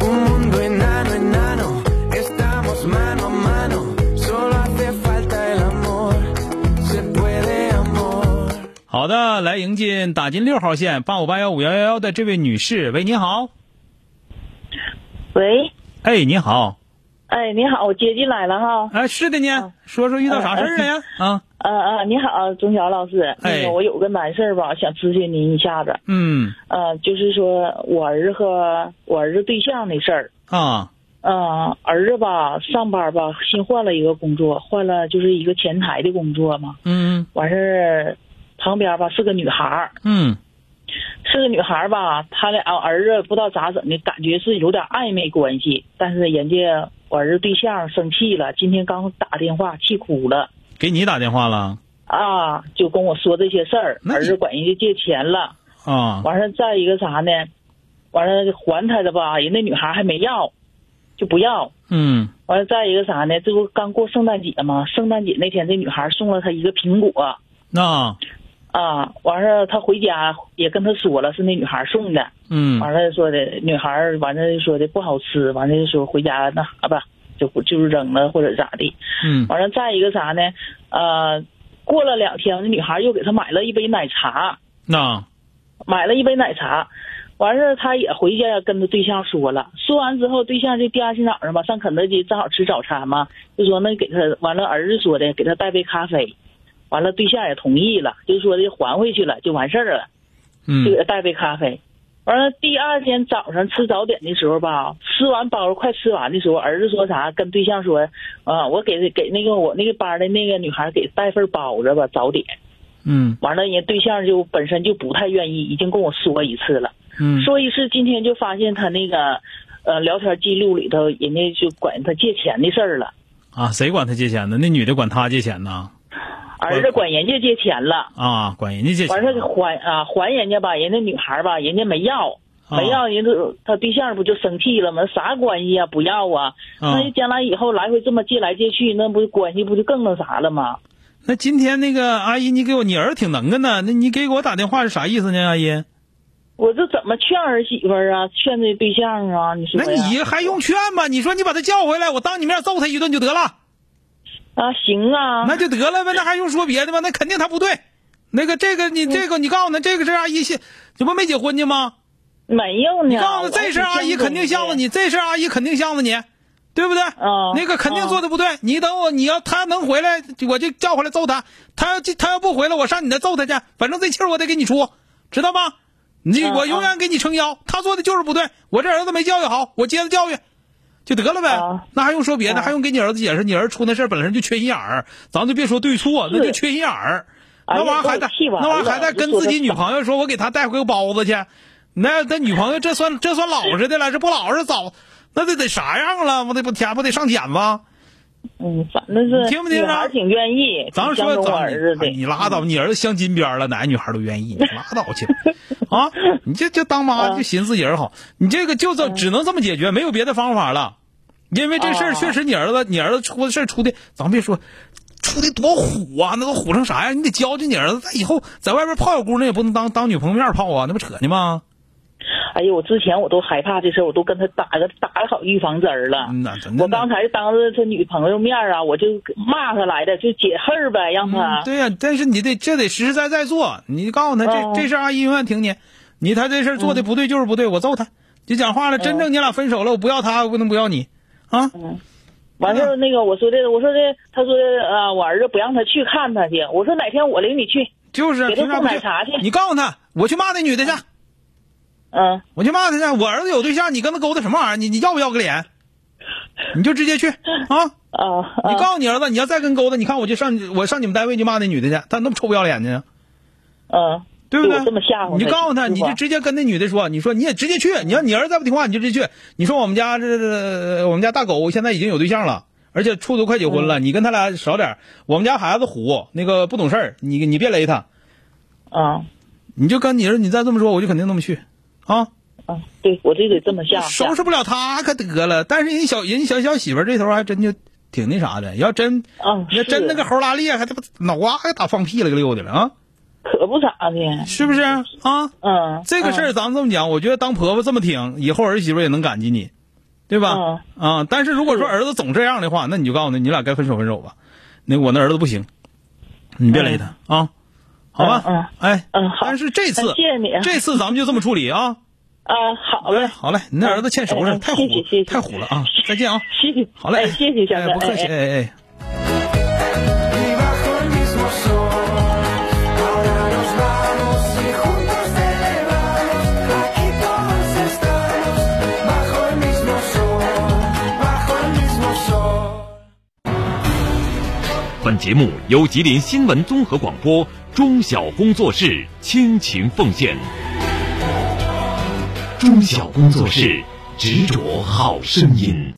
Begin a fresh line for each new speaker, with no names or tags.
Un mundo enano, enano, estamos mano a mano, solo hace falta el amor, se puede amor.
好的，来迎进打进六号线八五八幺五幺幺幺的这位女士，喂，你好，
喂，
哎，你好，
哎，你好，我接进来了哈。
哎，是的呢，
啊
说说遇到啥事儿了呀？啊，
呃呃，你好，钟晓老师，那
哎
个我有个难事儿吧，想咨询您一下子。
嗯，
呃，就是说我儿子和我儿子对象的事儿。
啊，
呃，儿子吧，上班吧，新换了一个工作，换了就是一个前台的工作嘛。
嗯
完事儿，旁边吧是个女孩儿，
嗯
是个女孩儿吧，她俩儿子不知道咋整的，感觉是有点暧昧关系，但是人家我儿子对象生气了，今天刚打电话气哭了。
给你打电话了
啊，就跟我说这些事儿，
那你
儿子管人家借钱了，
啊，
完事儿再一个啥呢？完事儿还他的吧，人那女孩还没要，就不要。
嗯
完了再一个啥呢？这不刚过圣诞节吗？圣诞节那天这女孩送了他一个苹果
那
啊，完事儿他回家也跟他说了是那女孩送的，
嗯
完了说的女孩儿完了说的不好吃，完了就说回家那啥吧，就不就是扔了或者咋的。
嗯
完了再一个啥呢？呃，过了两天，那女孩又给他买了一杯奶茶，
那
买了一杯奶茶。完事儿，他也回家跟他对象说了，说完之后，对象就第二天早上吧，上肯德基正好吃早餐嘛，就说那给他完了，儿子说的给他带杯咖啡，完了对象也同意了，就说的还回去了就完事儿了，就给
嗯
他带杯咖啡。完了第二天早上吃早点的时候吧，吃完包快吃完的时候，儿子说啥跟对象说，啊，我给给那个我那个班的那个女孩给带份包子吧早点。
嗯
完了，人家对象就本身就不太愿意，已经跟我说一次了，
嗯
说一次，今天就发现他那个，呃，聊天记录里头，人家就管他借钱的事儿了，
啊，谁管他借钱呢？那女的管他借钱呢？
儿子管人家借钱了，
啊，管人家借钱
完事儿
啊，
还啊还人家吧，人家女孩吧，人家没要，
啊
没要，人家他对象不就生气了吗？啥关系啊？不要啊！
啊
那将来以后来回这么借来借去，那不关系不就更那啥了吗？
那今天那个阿姨，你给我，你儿子挺能干的，那你给我打电话是啥意思呢，阿姨？
我这怎么劝儿媳妇儿啊？劝这对象啊？你说
那
呀
你还用劝吗？你说你把他叫回来，我当你面揍他一顿就得了，
啊？行啊，
那就得了呗，那还用说别的吗？那肯定他不对。那个这个
嗯
你这个你告诉他，这个是阿姨现这不没结婚呢吗？
没有呢。
你告诉
我
他这事儿阿姨肯定向着你，这事儿阿姨肯定向着你，对不对？
嗯
那个肯定做的不对。你等我，你要他能回来，我就叫回来揍他。他要他要不回来，我上你那揍他去。反正这气儿我得给你出，知道吗？你
嗯
我永远给你撑腰。他做的就是不对，我这儿子没教育好，我接着教育。就得了呗，
嗯
那还用说别的？还用给你儿子解释？你儿子出那事儿本身就缺心眼儿，咱就别说对错，那就缺心眼儿。
哎
那
呀
玩意儿还
给
在
我气，完
那玩意儿
了
还在
就
跟
说
自
他
己女
傻
朋友说，我给她带回个包子去。那他女朋友这算这算老实的了，这不老实早，那得得啥样了？不得不天不得上检吗？
嗯，反正是
听不听着
女孩儿挺愿意，
咱
挺相
说
中我
咱哎
儿子的，
你你拉倒，
嗯
你儿子镶金边了，哪个女孩都愿意，你拉倒去啊！你这这当
嗯
妈就寻思人好，你这个就这只能这么解决，没有别的方法了。因为这事儿
哦
确实，你儿子你儿子出的事儿出的，咱别说出的多虎啊，那都虎成啥样？你得教教你儿子，他以后在外边泡小姑娘也不能当当女朋友面泡啊，那不扯呢吗？
哎呦，我之前我都害怕这事儿，我都跟他打个打好预防针儿了。
嗯呐，真的
啊我刚才是当着他女朋友面儿啊，我就骂他来的，就解恨儿呗，让他、
嗯对呀、但是你得这得实实在在做，你告诉他这、
嗯
这事儿阿姨永远挺你，你他这事儿做的不对就是不对，我揍他。就讲话了，真
哦
正你俩分手了，我不要他，我不能不要你，啊，
嗯完事儿那个我说的，我说的，他说的啊，我儿子不让他去看他去，我说哪天我领你去，
就是
给他
凭啥
送
不
奶
去？
茶去，
你告诉他，我去骂那女的去，
嗯，
我去骂她去，我儿子有对象，你跟他勾搭什么玩意儿？你你要不要个脸？你就直接 去啊！
啊
你
啊
告诉你儿子，你要再跟勾搭，你看我就上我上你们单位去骂那女的去，她那么臭不要脸呢，
嗯，
对不
对
对？
我这么吓唬他
你就告诉他，
是
你
吧
就直接跟那女的说，你说你也直呃接去，你要你儿子再不听话，你就直接去。你说我们家这这这我们家大狗现在已经有对象了，而且处都快结婚了，
嗯
你跟他俩少点儿。我们家孩子虎，那个不懂事儿，你你别雷他，
啊
你就跟你儿，你再这么说，我就肯定那么去，啊，
啊，对我就得这么下。下
收拾不了他可得了。但是人小人小小媳妇儿这头还真就挺那啥的，要真
啊，
要真那个
是
猴拉裂，还他妈脑瓜还打放屁了个溜的了啊，
可不咋的，
是不是啊？
嗯，
这个事儿咱们这么讲，我觉得当婆婆这么挺，以后儿媳妇儿也能感激你，对吧？
嗯
啊，但是如果说
是
儿子总这样的话，那你就告诉他，你俩该分手分手吧。那我那儿子不行，你别雷他、啊，好吧？
嗯嗯嗯
哎，
嗯好
但是这次
嗯谢谢你啊
这次咱们就这么处理啊。
啊，好嘞
哎，好嘞，你那儿子欠收拾，
嗯嗯
太虎
谢谢谢谢
太虎了啊！再见啊，
谢谢，
好嘞，
哎谢谢小哥，
哎，不客气，
哎哎
哎哎。
Y bajo el mismo sol, ahora nos vamos y juntos celebramos, aquí todos estamos, bajo el mismo sol, bajo el mismo sol.
本节目由吉林新闻综合广播中小工作室倾情奉献。中小工作室执着好声音。